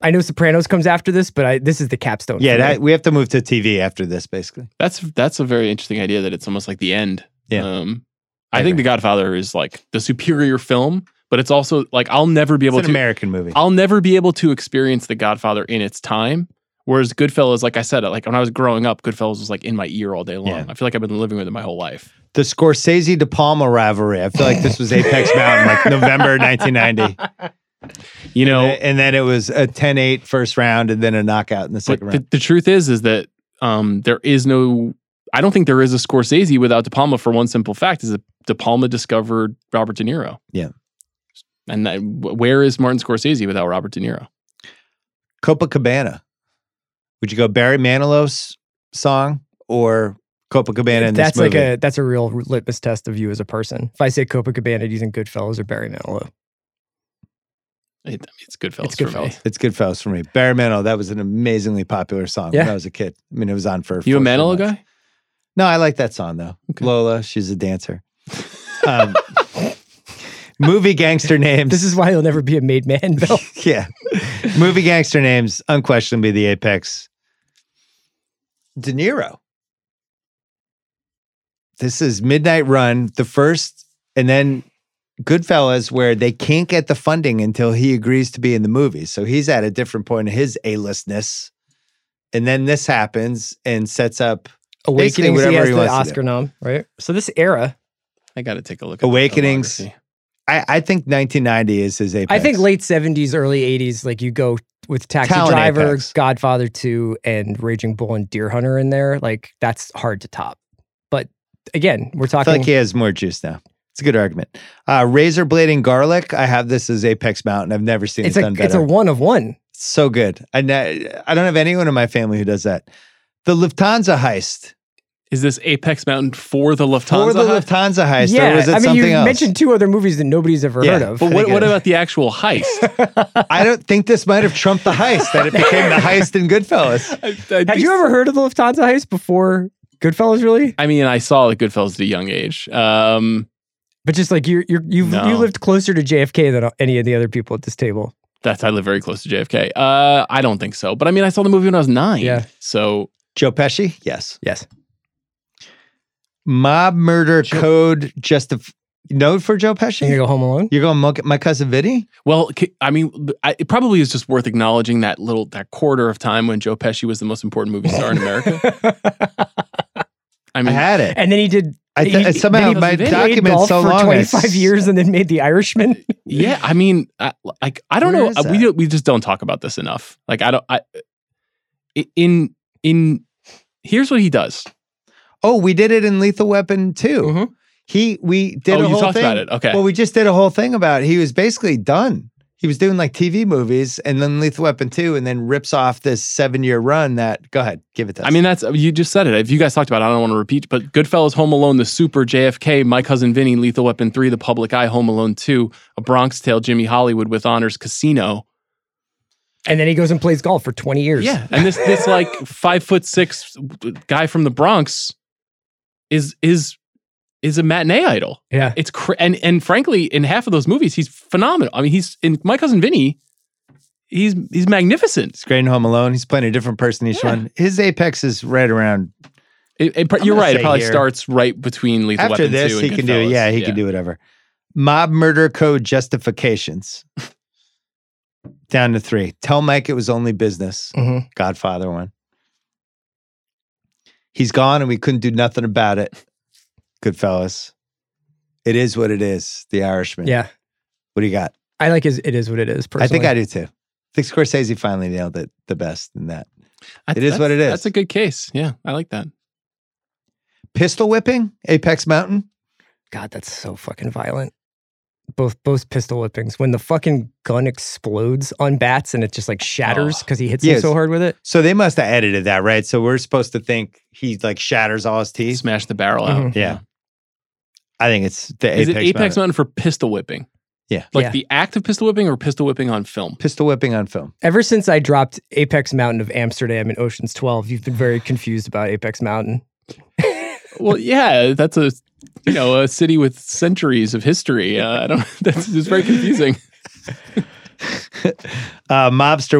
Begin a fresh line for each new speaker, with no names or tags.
I know Sopranos comes after this, but I, this is the capstone. for
Yeah,
me.
that, we have to move to TV after this, basically.
That's that's a very interesting idea that it's almost like the end.
Yeah.
Um, I, think The Godfather is like the superior film, but it's also like I'll never be
It's
able
an
to
American movie.
I'll never be able to experience The Godfather in its time. Whereas Goodfellas, like I said, like when I was growing up, Goodfellas was like in my ear all day long.
Yeah.
I feel like I've been living with it my whole life.
the Scorsese De Palma rivalry. I feel like this was Apex Mountain, like November 1990.
You know,
And then it was a 10 8 first round and then a knockout in the
but
second
the,
round.
the truth is, is that um, there is no. I don't think there is a Scorsese without De Palma for one simple fact: is that De Palma discovered Robert De Niro.
Yeah.
And that, wh- where is Martin Scorsese without Robert De Niro?
Copacabana. Would you go Barry Manilow's song or Copacabana in
that's
this movie?
like a that's a real litmus test of you as a person. If I say Copacabana using Goodfellas or Barry Manilow,
It, I mean, it's Goodfellas.
It's
For me.
Goodfellas.
it's Goodfellas for me. Barry Manilow, that was an amazingly popular song when
Yeah.
I was a kid. I mean, it was on for.
You a
14
Manilow
months.
guy?
No, I like that song though.
Okay.
Lola, she's a dancer. Um, movie gangster names.
this is why you'll never be a made man, Bill.
yeah. Movie gangster names, unquestionably the apex. De Niro. This is Midnight Run, the first, and then Goodfellas, where they can't get the funding until he agrees to be in the movie. So he's at a different point in his A-listness. And then this happens and sets up
Awakening, he
whatever
has
he
the
wants to
Oscar nom, right? So this era,
I got to take a look. at the
Awakenings.
filmography.
I, I think 1990 is his apex.
I think late seventies, early eighties, like you go with Taxi
Talent
Driver,
apex.
Godfather Two, and Raging Bull and Deer Hunter in there. Like that's hard to top. But again, we're
I
talking.
feel like he has more juice now. It's a good argument. Uh, razor blade and garlic. I have this as Apex Mountain. I've never seen
it's
it
a
done better.
it's a one of one.
so good. I ne- I don't have anyone in my family who does that. The Lufthansa heist.
Is this Apex Mountain for the Lufthansa?
For the
heist?
Lufthansa heist,
yeah,
or was it
I mean,
something
you
else?
mentioned two other movies that nobody's ever
Yeah,
heard of.
but what,
Pretty
what
good.
about the actual heist?
I don't think this might have trumped the heist that it became the heist in Goodfellas.
I, I
Had
think-
you ever heard of the Lufthansa heist before Goodfellas? Really?
I mean, I saw the Goodfellas at a young age. Um,
But just like you, you, you, you
No.
lived closer to JFK than any of the other people at this table.
that's I live very close to JFK. Uh, I don't think so, but I mean, I saw the movie when I was nine.
Yeah.
So
Joe Pesci, yes.
Yes.
Mob murder code justif note for Joe
You gonna
Pesci.
go Home Alone?
You're going Mo- my cousin Vinny.
Well, c- I mean, I, it probably is just worth acknowledging that little that quarter of time when Joe Pesci was the most important movie star in America. I
I
mean,
had it.
And then he did.
I th-
he-
I somehow
then he
my
played
document's
golf
so
for
long. I
twenty five
s-
years, and then made The Irishman.
yeah, I mean, I, like I don't
Where
know,
is that?
we do, we just don't talk about this enough. Like I don't, I i- in in here's what he does.
Oh, we did it in Lethal Weapon 2.
Mhm.
He we did
Mm-hmm. oh,
a
you
whole
talked
thing.
about it. Okay,
Well, we just did a whole thing about it. he was basically done. He was doing like TV movies and then Lethal Weapon 2 and then rips off this 7-year run that go ahead, give it to us.
I mean, that's you just said it. If you guys talked about, it, I don't want to repeat. But Goodfellas, Home Alone, The Super, JFK, My Cousin Vinny, Lethal Weapon Three, The Public Eye, Home Alone Two, A Bronx Tale, Jimmy Hollywood with Honors, Casino.
And then he goes and plays golf for twenty years.
Yeah, and this this like five foot six guy from the Bronx is is is a matinee idol.
yeah.
It's cr- and and frankly, in half of those movies, he's phenomenal. I mean, he's in My Cousin Vinny. He's he's magnificent.
it's great in Home Alone. He's playing a different person each
Yeah.
one. His apex is right around
It, it pr-
I'm
you're
gonna
right. It
say
probably
here-
starts right between Lethal
after
Weapon
this.
Two.
He
and
can do
Goodfellas.
yeah, he can do whatever. Mob murder code justifications. Down to three. Tell Mike it was only business.
Mhm.
Godfather one. He's gone and we couldn't do nothing about it. Goodfellas. It is what it is. The Irishman.
Yeah.
What do you got?
I like his. It is what it is. Personally.
I think I do too. I think Scorsese finally nailed it the best in that.
I-
It is what
that's-
it is.
That's a good case. Yeah, I like that.
Pistol whipping, Apex Mountain.
God, that's so fucking violent. Both both pistol whippings. When the fucking gun explodes on bats and it just like shatters
Oh.
because he hits
Yes.
him so hard with it.
So they must have edited that, right? So we're supposed to think he like shatters all his
He
teeth.
smashed the barrel out.
Mhm.
Yeah. I think it's the
Is
Apex,
it Apex
Mountain.
Mountain for pistol whipping?
Yeah.
Like
Yeah.
the act of pistol whipping or pistol whipping on film?
Pistol whipping on film.
Ever since I dropped Apex Mountain of Amsterdam and Ocean's Twelve, you've been very confused about Apex Mountain.
Well, yeah, that's a you know a city with centuries of history. Uh, I don't. That's it's very confusing.
Uh, mobster